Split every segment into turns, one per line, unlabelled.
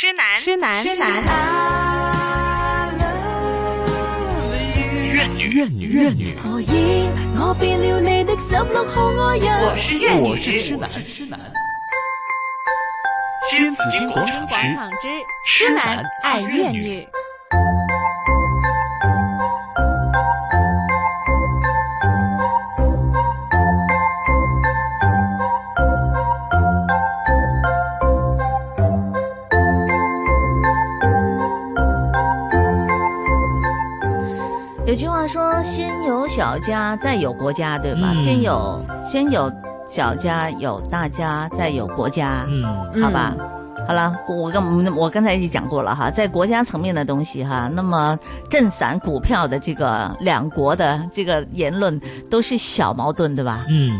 痴男，
痴男，
痴男，
怨女，怨女，怨女。
何以我變了你的十六號愛
我
人？
是怨女，
我是痴男，痴男。新紫金广场
广
之
场之
痴
痴
男
男
爱
爱
怨
怨
女
女。
有句话说，先有小家，再有国家，对吧？
嗯
先有先有小家，有大家，再有国家，
嗯，
好吧？好了，我跟我们我刚才已经讲过了哈，在国家层面的东西哈，那么正散股票的这个两国的这个言论都是小矛盾，对 吧？
嗯，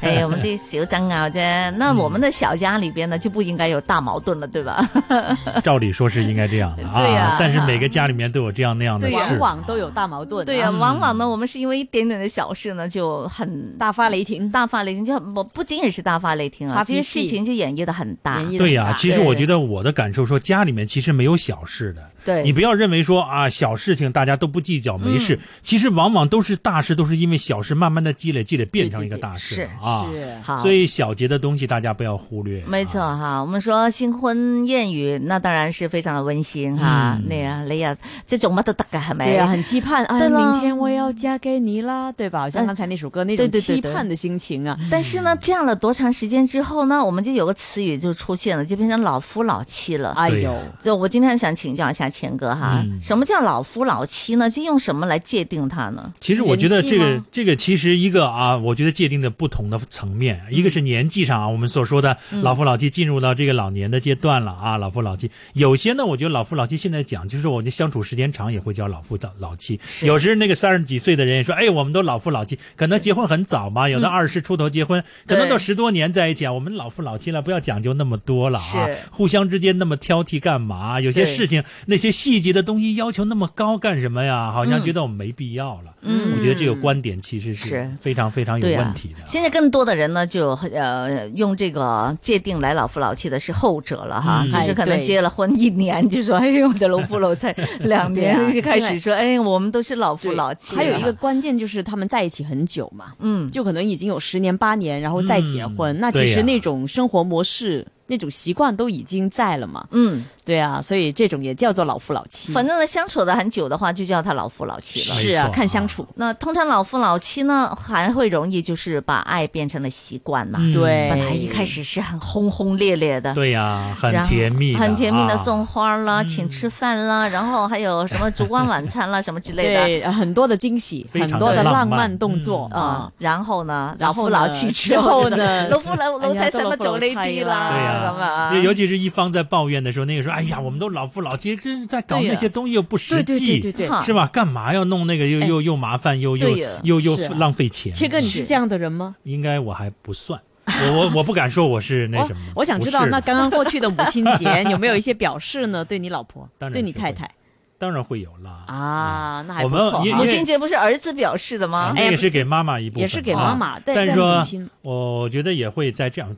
哎，我们的小争拗啫。那我们的小家里边呢，就不应该有大矛盾了，对吧？
照理说是应该这样的啊，
对呀
但是每个家里面都有这样那样的
对，
事，
往往都有大矛盾、啊
对呀、
嗯
往往呢，我们是因为一点点的小事呢，就很
大发雷霆，
大发雷霆，就很不不仅仅是大发雷霆啊，
发
这些
脾气
事情就演绎的很大
演。绎得
对呀、
很大
其实我
对
觉得我的感受说，家里面其实没有小事的，
对，
你不要认为说啊小事情大家都不计较没事，其实往往都是大事，都是因为小事慢慢的积累积累变成一个大事了
对对
啊。
是
好，
所以小节的东西大家不要忽略。
没错
啊
哈，我们說新婚燕語，那當然是非常的温馨哈。
嗯
你啊，你啊，即係做乜都得㗎，係咪？
对呀、很期盼啊，
对了
明天我要嫁给你啦，对吧？好像
嗯
刚才那首歌那
对对嗯
种
对
期
对
盼的心情啊，
但是呢，嫁了多长时間之後呢，我們就有個詞語就出現了，就變成老夫老妻了。
哎
对
呦，
所以我今天想請教一下錢哥哈，
嗯
什麼叫老夫老妻呢？就用什麼來界定它呢？
其实我觉得
年纪
这个
吗
这个其实一个啊，我觉得界定的不同的层面，
嗯
一个是年纪上啊，我们所说的老夫老妻进入到这个老年的阶段了啊，老夫老妻。有些呢，我觉得老夫老妻现在讲，就是我觉得相处时间长也会叫老夫老老妻。有时那个三十几岁的人也说，哎，我们都老夫老妻，可能结婚很早嘛，有的二十出头结婚，可能
嗯对
都十多年在一起啊，我们老夫老妻了，不要讲究那么多了啊
是，
互相之间那么挑剔干嘛？有些
对
事情那些细节的东西要求那么高干什么呀？好像
嗯
觉得我们没必要了。
嗯
我觉得这个观点其实是
是
非常非常有
对
问
啊
题的。，
现在更多的人呢，就呃用这个界定来老夫老妻的是后者了哈，
嗯
就是可能
哎对
结了婚一年就说，哎呦我的老夫老妻，两
对
年
啊
就开始说，哎，我们都是老夫
对
老啊妻了。
还有一个关键就是他们在一起很久嘛，
嗯，
就可能已经有十年八年，然后再结婚，
嗯
那其
对呀
实那种生活模式、那种习惯都已经在了嘛。
嗯，
对啊，所以这种也叫做老夫老妻。
反正呢，相处的很久的话，就叫他老夫老妻了。
嗯是啊
没，错
看相处。
那通常老夫老妻呢，还会容易就是把爱变成了习惯嘛。
嗯
对
本来一开始是很轰轰烈烈的，
对呀，很
然后
甜蜜，
很甜蜜的
啊
送花儿啦，
嗯
请吃饭啦，然后还有什么烛光晚餐啦，什么之类的。
对，很多的惊喜，
非
很
常
多
的
的
浪
浪
漫
漫动作
啊
嗯
啊，，
然后呢，
然
老
后
夫
呢
老妻之
之后
后
呢
老夫老
哎
老
呀
妻
都
什
老
么
夫
做
老
呢
妻
啲
啦
啦，
对呀
咁啊，
尤其是一方在抱怨的时候，那个时候，哎呀，我们都老夫老妻，这是在搞
对呀
那些东西又不实
对对对对
际，
对。啊
哈
是吧？干嘛要弄那个又
哎
又又麻烦又又
对呀
又又
是啊
浪费钱？
切哥，你是
是
这样的人吗？
应该我还不算，我我我不敢说我是那
我
什么。
哦我想知
不
道，
是
那
的
刚刚过去的母亲 节有没有一些表示呢？对你老婆
当，然
对你
是会
太太
当然会有啦。
啊，那还
我
不
们
错
也
啊。
母
也
亲节不是儿子表示的吗
啊，？
哎
那
呀
也
不
是给妈妈一部分，
也是给妈
啊。
妈，但
但是
母
说
亲，
我觉得也会在这样，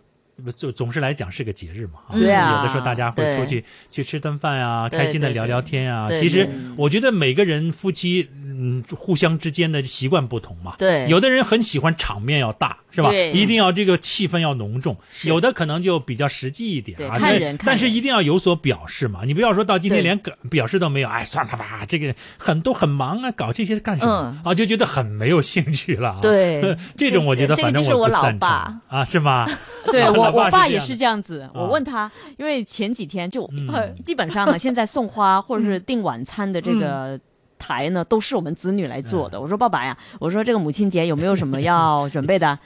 总总是来讲是个节日嘛。啊
对啊
有的时候大家会
对
出去去吃顿饭啊，
对
开心的
对
聊聊天啊。
对
其实
对
我觉得每个人夫妻嗯互相之间的习惯不同嘛。
对
有的人很喜欢场面要大，是吧？
对
一定要这个气氛要浓重。
是
有的可能就比较实际一点
对
啊，
看
对
人看
但是
人
一定要有所表示嘛。你不要说到今天
对
连个表示都没有，哎，算了吧，这个很都很忙啊，搞这些干什么
嗯
啊？就觉得很没有兴趣了啊。
对
这种我觉得
这个
反正
就是
我
我
不
老
赞成
爸
啊，是吗？
对
老
我，
爸
我
是
爸
这
也
样
是
的
这样子。我
啊
问他，因为前几天就
嗯
呃基本上呢，现在送花或者是订晚餐的这个台呢，都是我们子女来做的。我说爸爸呀，我说这个母亲节有没有什么要准备的？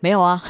没有啊，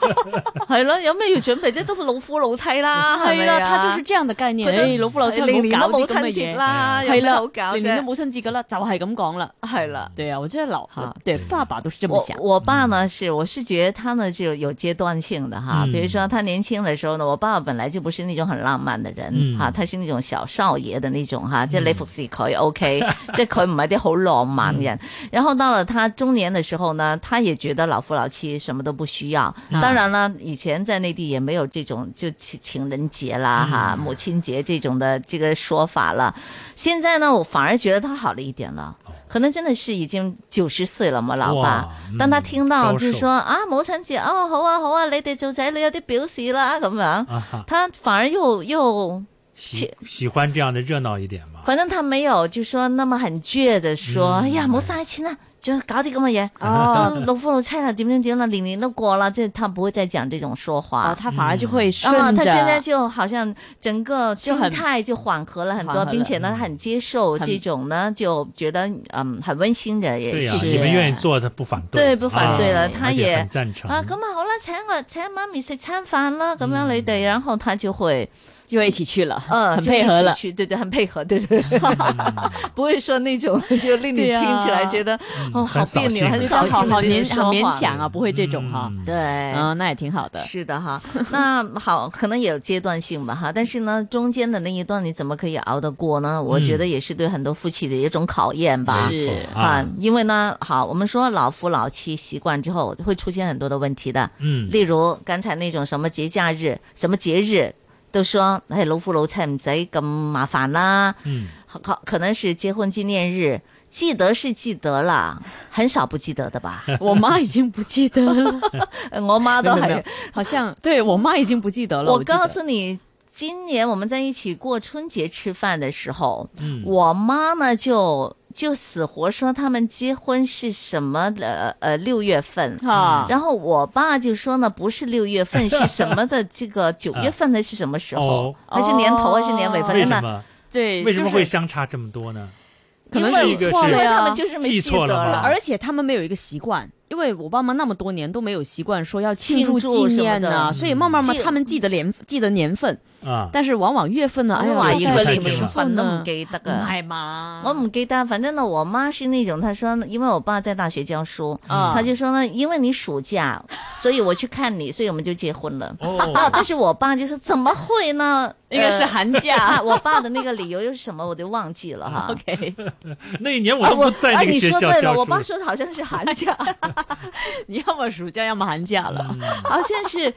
系咯，哎有咩要準備啫？都老夫老妻啦， 係
系
咪
啦，
啊？呃
哎他就是这样的概念。
佢都
哎，老夫老妻
年年
搞
都冇
啲咁
親
嘅
節
嘢，
啦，有
系
咩
啦
好搞， 哎
年年都
啫？
冇春節噶啦，就係咁講啦。
係啦。
對啊，我真係老
好
對爸爸都是這麼
我
想。
我爸呢是，我是觉得他呢就有阶段性的哈，
嗯
比如说他年轻的时候呢，我爸爸本来就不是那种很浪漫的人、
嗯
哈，他是那种小少爷的那种哈，即系你服侍佢 OK，即系佢
嗯
唔系啲好浪漫嘅人。然后到了他中年的时候呢，他也觉得老夫老妻什么么都不需要。
啊
嗯
当然了，以前在内地也没有这种就情情人节啦、
嗯
哈、母亲节这种的这个说法了。现在呢，我反而觉得他好了一点了，可能真的是已经九十岁了嘛， 老爸
哦哇。嗯
当他听到就是
高
说、啊母亲节哦，好啊好啊，你哋做仔女有啲表示啦咁
嗯
樣，
啊哈，
他反而又又
喜喜欢这样的热闹一点嘛。
反正他没有就说那么很倔的说，
嗯
哎呀，冇嘥錢啊，就搞啲咁嘅嘢。
哦
啊，老夫老妻啦，點點點啦，年年都過啦，即係他不會再講這種說
啊，
話。
他反而就会顺着。
啊，他現在就好像整個心
就很
態就緩和了很
緩和
多，
了嗯
並且呢，他很接受
很
這種呢，就覺得嗯很溫馨的也
对呀、
事
你
情。
们愿意做，他不反对，
对不反对了
啊
他
而且
也
很赞成
啊，咁啊好啦，請我請媽咪食餐飯啦，
嗯
咁樣你哋，然後他就會
就一起去了，
嗯
很
就
配
一
合
起
了。嗯
去对对，很配合，对对， 不会说那种就令你
对呀
听起来觉得
啊
哦
很
好
扫
别扭，
兴
很
的
扫
好
兴
好
的
好
那
勉
种说
好勉
法
强啊，不会这种哈。
嗯
对，
嗯，那也挺好的。
是的哈，那好，可能也有阶段性吧哈，但是呢，中间的那一段你怎么可以熬得过呢？我觉得也是对很多夫妻的一种考验吧。
嗯是
啊，因为呢，好，我们说老夫老妻习惯之后会出现很多的问题的，
嗯，
例如刚才那种什么节假日、什么节日，都说哎老夫老妻唔使咁麻烦啦，
嗯，
可可能是结婚纪念日，记得是记得啦，很少不记得的 吧？
我妈已经不记 得了，
呃我妈都
没有没
很
有，好像对我妈已经不记得了。我
我
记得
告诉你，今年我们在一起过春节吃饭的时候，
嗯
我妈呢就就死活说他们结婚是什么的呃六月份。
哈，
然后我爸就说呢，不是六月份，是什么的？这个九月份的是什么时候？
哦
还是年头还是年尾？反
为
正呢，
什么
对，
为什么
就是
会相差这么多呢？
可能
因为
记错
因
了
为
呀
他们就是没
记错
得
了嘛
了，
而且他们没有一个习惯，因为我爸妈那么多年都没有习惯说要庆祝
庆祝
纪念
什么
呐、
的
所以慢慢嘛
嗯，
他们记得年记得年份，
啊，
但是往往月份呢，哎呀，
哇，
我
一
真
個
係
連
太清
年
楚
份都
嗯
唔記得
唔
啊！
係嘛？
我唔記得，反正呢，我媽是那種，她說，因為我爸在大學教書，
啊，
他就说呢，因为你暑假，所以我去看你，所以我们就结婚了。啊！
哦，
但是我爸就说怎么会 呢？
一个是
呃
寒
啊，
假
我爸的那个理由又是什么，我就忘记了 哈。
，OK，
那一年我
啊，
都
我
不在
啊，
那个
你
学
说
校
对了，
教
我
书
爸，说的好像是寒假，
你要么暑假，要么寒假了。
好像是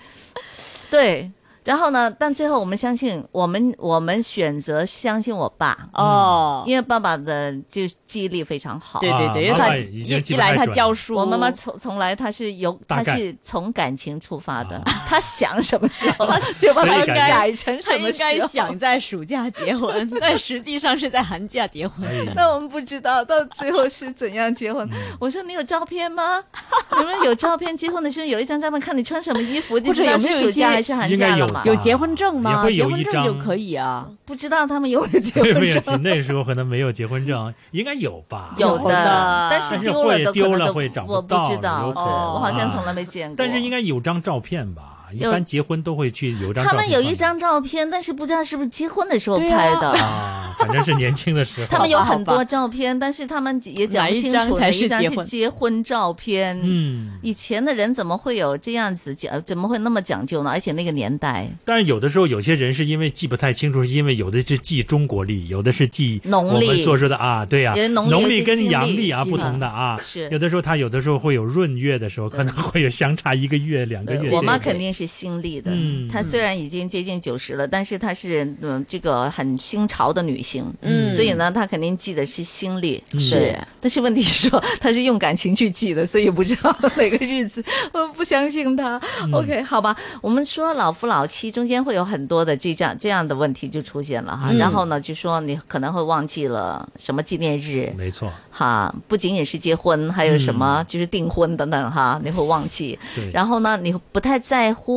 对。然后呢，但最后我们相信，我们我们选择相信我爸，
哦，
因为爸爸的就记忆力非常好。
对对对，因
啊妈
为
妈
他
已经
一
记
一
不太
来他
准了
教书，
我 妈妈从从来她是由
大
她
概
是从感情出发的
啊，
她想什么时候就把它
所以
改
感觉
改成
他
什么
应
时
该
候。
想在暑假结 婚，但实际上是在寒假结婚。
哎呀
那我们不知道到最后是怎样结
嗯
婚。我说你有照片吗？ 你们有照片？结婚的时候有一张照片，看你穿什么衣服，就
或者
知道
有没
是
有一
暑假
些
还是寒
应该
假了
有
嘛
吧？
有结婚证
也
吗？
会
结
有
婚
一
证就
张
可以啊。
不知道他们有没有结
对 没
婚
有
证？
那时候可能没有结婚证，应该有吧？
有
有的
但是
但是
丢了
会
都
丢
可能
了
都
会找不
我不
到
知道，对
有
可能
我好像
啊
从来没见过。
但是应该有张照片吧？一
有
般结婚都会去有张照
他
片放。
们有一张照片，但是不知道是不是结婚的时候
对啊
拍的。
啊，反正是年轻的时候。
他们有很
好吧好
多
吧
照片，但是他们也讲
哪
不
一
清
张
楚哪
才是
一张
结
是
婚
结婚照片。。
嗯，
以前的人怎么会有这样子讲？怎么会那么讲究呢？而且那个年代，
但是有的时候有些人是因为记不太清楚，是因为有的是记中国历，有的是记
农历
我们所说的啊，对呀、
有的农历
农
有
历
些
跟
经历
阳历啊
是
不同的啊。
是
有的时候他有的时候会有闰月的时候，可能会有相差一个月、两个月。
我妈
这
肯
种
定是新历的。
嗯
她虽然已经接近九十了，但是她是嗯这个很新潮的女性，
嗯
所以呢，她肯定记得是新历。
是
对但是问题是说她是用感情去记的，所以不知道哪个日子。我不相信她。OK，好
嗯
吧，我们说老夫老妻中间会有很多的这样这样的问题就出现了哈。
嗯
然后呢，就说你可能会忘记了什么纪念日，
没错，
哈，不仅仅是结婚，还有什
嗯
么、就是订婚等等哈，你会忘记。
对。
然后呢，你不太在乎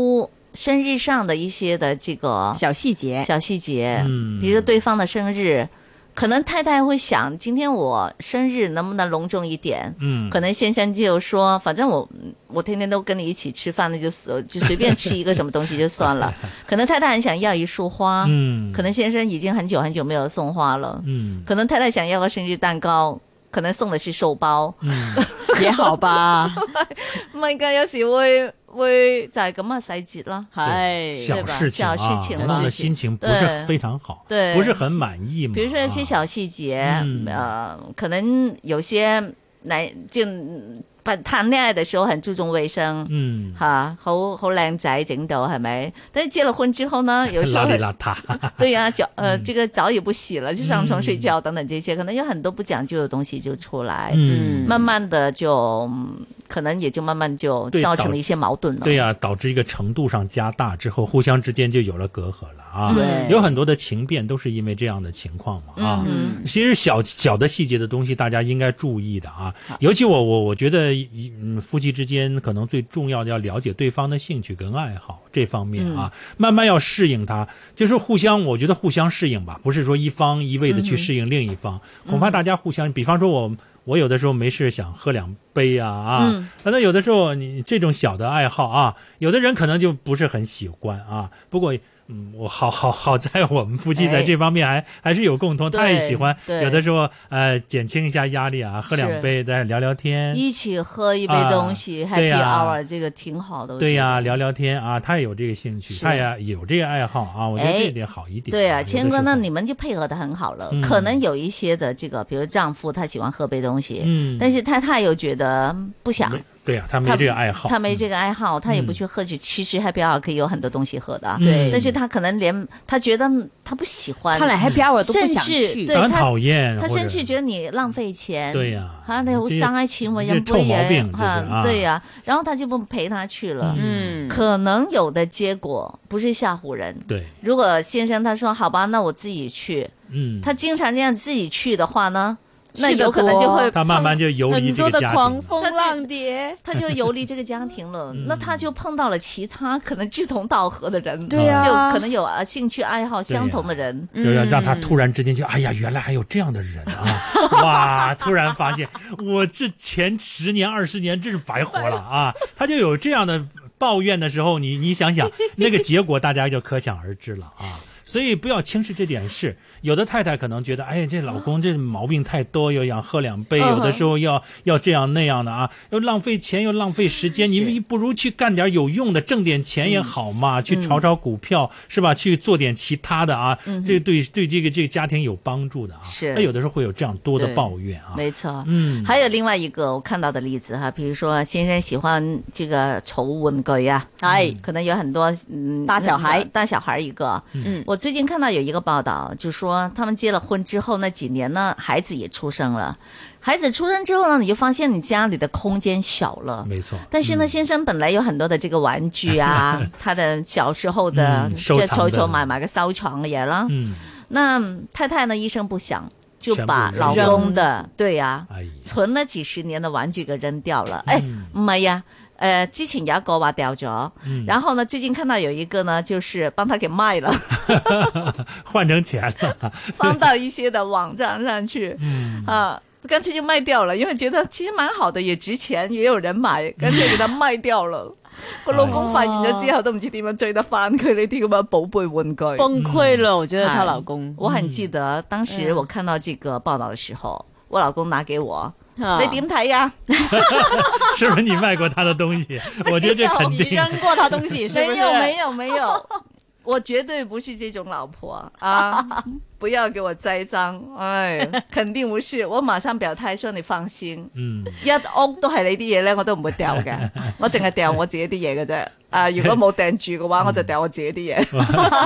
生日上的一些的这个
小细节，
小细节，
嗯
比如说对方的生日，可能太太会想，今天我生日能不能隆重一点？
嗯，
可能先生就说，反正我我天天都跟你一起吃饭，那就随就随便吃一个什么东西就算 了。可能太太很想要一束花，
嗯，
可能先生已经很久很久没有送花了，
嗯
可能太太想要个生日蛋糕，可能送的是寿包。
嗯，
也好 吧，
唔係㗎，Oh 有時會會就係咁啊細節啦。
嗨，
小
哎吧
事情
小
啊，
事情
弄
嘛
得心情不
对
是非常好，
对
嗯不是很满意嘛。
比如说有些
啊
小细节，
嗯
呃，可能有些男即不談戀愛嘅時候很注重衛生。
嗯，
吓、好好靚仔整到係咪？但是結了婚之後 呢，有時候
邋里邋遢，
对呀、脚呃，
嗯
这个澡也不洗了，就上床睡
嗯
觉等等这些，可能有很多不讲究的东西就出来，
嗯，
慢慢的就嗯可能也就慢慢就
对
造成
导
了一些矛盾了。
对呀、导致一个程度上加大之后，互相之间就有了隔阂了啊。
对
有很多的情变都是因为这样的情况嘛啊。
嗯
其实小小的细节的东西，大家应该注意的啊。尤其我我我觉得，嗯，夫妻之间可能最重要的要了解对方的兴趣跟爱好这方面啊，
嗯
慢慢要适应它，就是互相，我觉得互相适应吧，不是说一方一味的去适应另一方，
嗯
恐怕大家互相，比方说我。我有的时候没事想喝两杯啊啊，
嗯
那有的时候你这种小的爱好啊，有的人可能就不是很喜欢啊。不过，嗯，我好好好在我们夫妻在
哎
这方面还、还是有共同，他也
对
喜欢，
对
有的时候呃减轻一下压力啊，喝两杯再聊聊天。
一起喝一杯东西、
啊
h
对
a p p y
呀
Hour，这个挺好的。我
对
觉得
呀、聊聊天啊，他也有这个兴趣，
是
他也有这个爱好啊，我觉得
哎
这一点好一点、
对啊，
啊，有的
谦哥，
时候
那你们就配合的很好了。
嗯
可能有一些的这个，比如丈夫他喜欢喝杯东西，
嗯，
但是太太又觉得嗯不想，
没对呀、啊他没
他
这个爱好，
他没这
个，
个爱好，他也不
嗯
去喝酒。其实 Happy Hour 可以有很多东西喝的，
对
但是他可能连他觉得嗯他不喜欢，
看来 Happy Hour 都不
甚
想
至
去。
对
很
他
讨厌，
他
或者
甚至觉得你浪费钱。
对呀
啊，你好
这
伤害钱，我
这
人
臭毛病这是啊
对呀、然后他就不陪他去了。
嗯，
可能有的结果不是吓唬人。
对，
如果先生他说好吧，那我自己去，
嗯，
他经常这样自己去的话呢，那
去得
有可能就
多
会
他慢慢就游离
很
这
多
个
的
家庭
狂
了。
风浪蝶，
他就游离这个家庭 了，
嗯
那他就碰到了其他可能志同道合的人，
对
啊
就可能有啊兴趣爱好相同的人。
就要让他
嗯
突然之间就，哎呀，原来还有这样的人啊！哇，突然发现我这前十年、二十年真是白活了啊！他就有这样的抱怨的时候，你 你想想那个结果，大家就可想而知了啊！所以不要轻视这点事。有的太太可能觉得，哎，这老公这毛病太多，又想喝两杯，
嗯
有的时候要要这样那样的啊，又浪费钱，又浪费时间。
是嗯
你不如去干点有用的，挣点钱也好嘛，去炒炒股票是吧？去做点其他的啊，这对对这个这个家庭有帮助的啊。
嗯是
那有的时候会有这样多的
对
抱怨啊。
没错，
嗯，
还有另外一个我看到的例子哈，比如说先生喜欢这个丑玩具啊，
哎，
可能有很多嗯
大小孩
那个大小孩一个。
嗯
我最近看到有一个报道，就说他们结了婚之后那几年呢，孩子也出生了，孩子出生之后呢，你就发现你家里的空间小了。
没错。
但是呢，
嗯
先生本来有很多的这个玩具 啊，他的小时候的
嗯收
这
藏的
筹筹买买个收藏嘅嘢啦。
嗯，
那太太呢一声不响就
全部
把老
扔
公的对呀、
哎呀，
存了幾十年的玩具給扔掉了。哎，
嗯
唔係呀，呃，之前有一個話掉咗，
嗯
然後呢，最近看到有一個呢，就是幫他給賣 了，
换成钱了。
放到一些的網站上去，
嗯，
啊。干脆就賣掉了，因為覺得其實蠻好的，也值錢，也有人買，乾脆給它賣掉了。個老公發現咗之後，都唔知點樣追得翻佢呢啲咁嘅寶貝玩具。嗯
崩溃了，我觉得她老公。
我很記得當時我看到這個報道的時候，我老公拿給我，
啊
你點睇呀？
是不是你卖过他的东西？我觉得这肯
你
定。
扔过他东 西，是不是
没有没有没有， 我绝对不是这种老婆啊！不要给我栽赃，哎，肯定不是。我马上表态说你放心，
嗯，
一屋都係你啲嘢咧，我都唔會掉 嘅，我淨係掉我自己啲嘢嘅啫。啊，如果冇掟住嘅話，我就
嗯
掉我自己啲 嘢。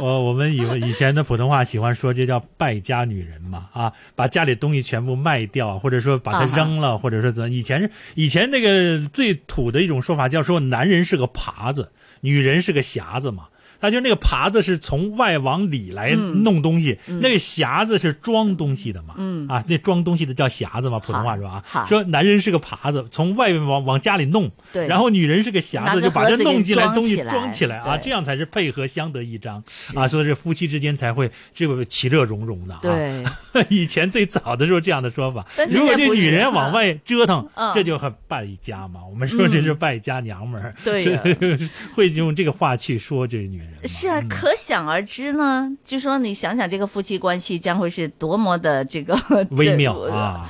我我们以 以前的普通话喜欢说这叫败家女人嘛啊，把家里东西全部卖掉，或者说把它
啊哈
扔了，或者说怎么？以前是以前那个最土的一种说法叫说男人是个耙子，女人是个匣子嘛。他就那个耙子是从外往里来弄东西，那个匣子是装东西的嘛，
嗯
啊，那装东西的叫匣子嘛，普通话说啊
好，
说男人是个耙子，从外面往往家里弄，
对
然后女人是个匣
拿
子，
个
就把
盒
这
子给
弄进来
装
东西
起来
装起来啊，
对
这样才是配合相得益彰啊，所以是夫妻之间才会这个其乐融融的啊。，
对，
以前最早的时候这样的说法
但，现在
如果这
不是
女人往
嗯
外折腾，
嗯
这就很败家嘛。我们说这是败家娘们儿，
对呀
是会用这个话去说这女人嘛。
啊是啊
嗯，
可想而知呢。就说你想想这个夫妻关系将会是多么的这个
微妙。啊，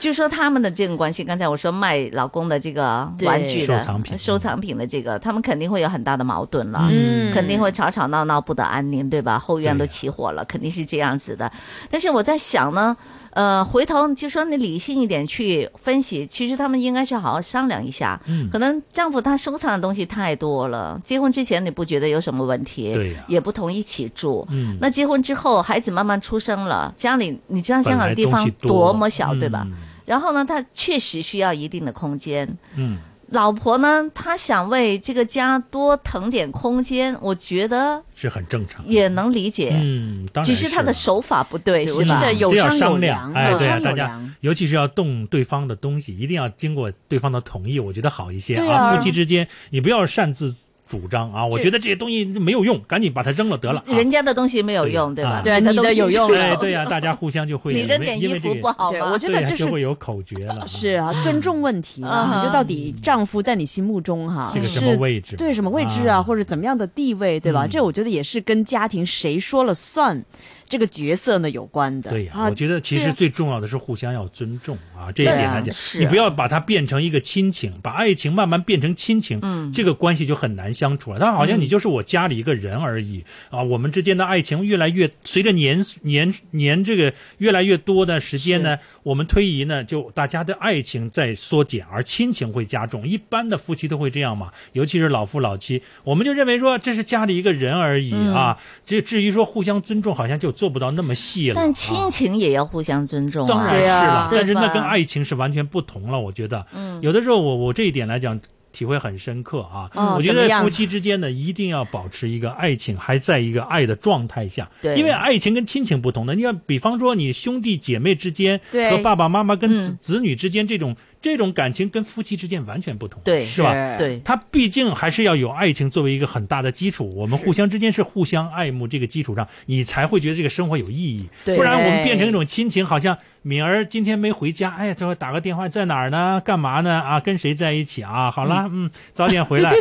就说他们的这种关系，刚才我说卖老公的这个玩具的
对收藏品
收藏品的这个，他们肯定会有很大的矛盾了。
嗯，
肯定会吵吵闹闹不得安宁，对吧？后院都起火了，肯定是这样子的。但是我在想呢，呃，回头就说你理性一点去分析，其实他们应该去好好商量一下。
嗯
可能丈夫他收藏的东西太多了，结婚之前你不觉得有什么问题，
对呀
也不同一起住。
嗯，
那结婚之后，孩子慢慢出生了，家里你知道香港
本来
地
东
方
西多
多么小，对吧？
嗯？
然后呢，他确实需要一定的空间。
嗯，
老婆呢，她想为这个家多腾点空间，我觉得
是很正常。
也能理解，
嗯，当然
只是她的
了
手法不对，
对
是
我记
吧？
得 有
都要
商有
商量，
量
哎，
有
对啊，
商有
大家
量，
尤其是要动对方的东西，一定要经过对方的同意，我觉得好一些
对啊
夫妻之间，你不要擅自主张啊，我
这
觉得这些东西没有用，赶紧把它扔了得了。啊
人家的东西没有用，
对
吧
啊？
对
你
你的
东西
有用
是
了
哎，对呀，大家互相就会
你
因
扔
为
点
因
衣
为这
服
个
不好
对，
吗？
我觉
对
得
呀
这
就是会有口角了啊。
是啊，尊重问题啊，
嗯
就到底丈夫在你心目中哈
这个什么
是。
位置？
对什么位置啊，
啊
或者怎么样的地位，对吧？
嗯
这我觉得也是跟家庭谁说了算这个角色呢有关的。
对呀、
啊
我，觉得其
对
实
啊
最重要的是互相要尊重啊，这一
对啊
点来讲，
是
你不要把它变成一个亲情，把爱情慢慢变成亲情，
嗯
这个关系就很难相处了。它好像
嗯
你就是我家里一个人而已、啊，我们之间的爱情越来越随着年年年这个越来越多的时间呢，我们推移呢，就大家的爱情在缩减，而亲情会加重。一般的夫妻都会这样嘛，尤其是老夫老妻，我们就认为说这是家里一个人而已
嗯
啊，这、至于说互相尊重，好像就做不到那么细了。
但
啊
亲情也要互相尊重
当
啊
然。是了，
对呀
但是
对吧
那跟爱情是完全不同了，我觉得。有的时候我我这一点来讲。体会很深刻啊！
哦
我觉
怎么
得
样
夫妻之间呢，一定要保持一个爱情还在一个爱的状态下，
对
因为爱情跟亲情不同的。你看，比方说你兄弟姐妹之间，
对
和爸爸妈妈跟子、
嗯
子女之间这种这种感情，跟夫妻之间完全不同，
对
是吧？
对，
它毕竟还是要有爱情作为一个很大的基础，我们互相之间是互相爱慕这个基础上，你才会觉得这个生活有意义。
对
不然我们变成一种亲情，好像敏儿今天没回家，哎呀，这会打个电话在哪儿呢？干嘛呢？啊，跟谁在一起啊？好啦，嗯，早点回来。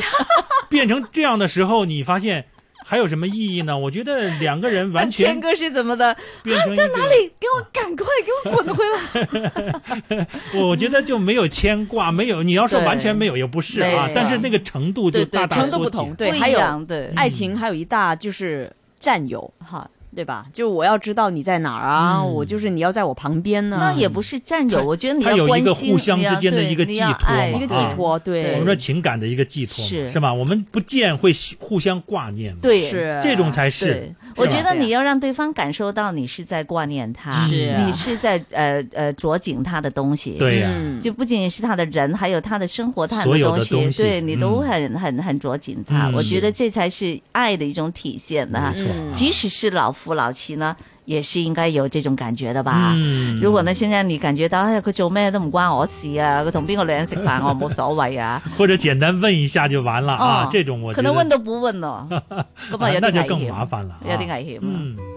变成这样的时候，你发现还有什么意义呢？我觉得两个人完
谦
全
哥是怎么的？
变成一个，
你给我赶快给我滚回来！
我觉得就没有牵挂，没有你要说
对
完全没有也不是啊
没，
但是那个程度就
对对
大大
程
缩
度不
减
同。对，
不
还
一
有
样 对，
爱情还有一大就是占有，
好，
对吧？就是我要知道你在哪儿啊，
嗯
我就是你要在我旁边呢、
那也不是占有，
它
我觉得你
它
要
有一
关
个
心，
互相
你要
之间的
对
一个
你
寄
要
托
爱
嘛
一个
啊
寄托，对，
我们说情感的一个寄托嘛，
是
吧？我们不见会喜互相挂念嘛，
对
是
这种才是
对。，我
吧
觉得
对
你要让对方感受到你是在挂念他，
是啊
你是在呃呃着紧他的东西，
对呀、
嗯
就不仅仅是他的人，还有他的生活，他很
所有
多东
的
西，
东西
对你都
嗯
很、很很着紧他。
嗯
我觉得这才是爱的一种体现呢。
没错啊，
即使是老夫老妻呢，也是应该有这种感觉的吧。
嗯，
啊如果呢，現在你感覺到，哎呀，佢做咩都唔關我事啊，佢同邊個女人食飯我冇所謂啊，
或者简单问一下就 完了啊，
哦
这种我
可
觉
能
得
問都不問咯，咁啊有
那
啲
就
危
更麻
險，
烦了、啊，
有啲危險啊。
嗯。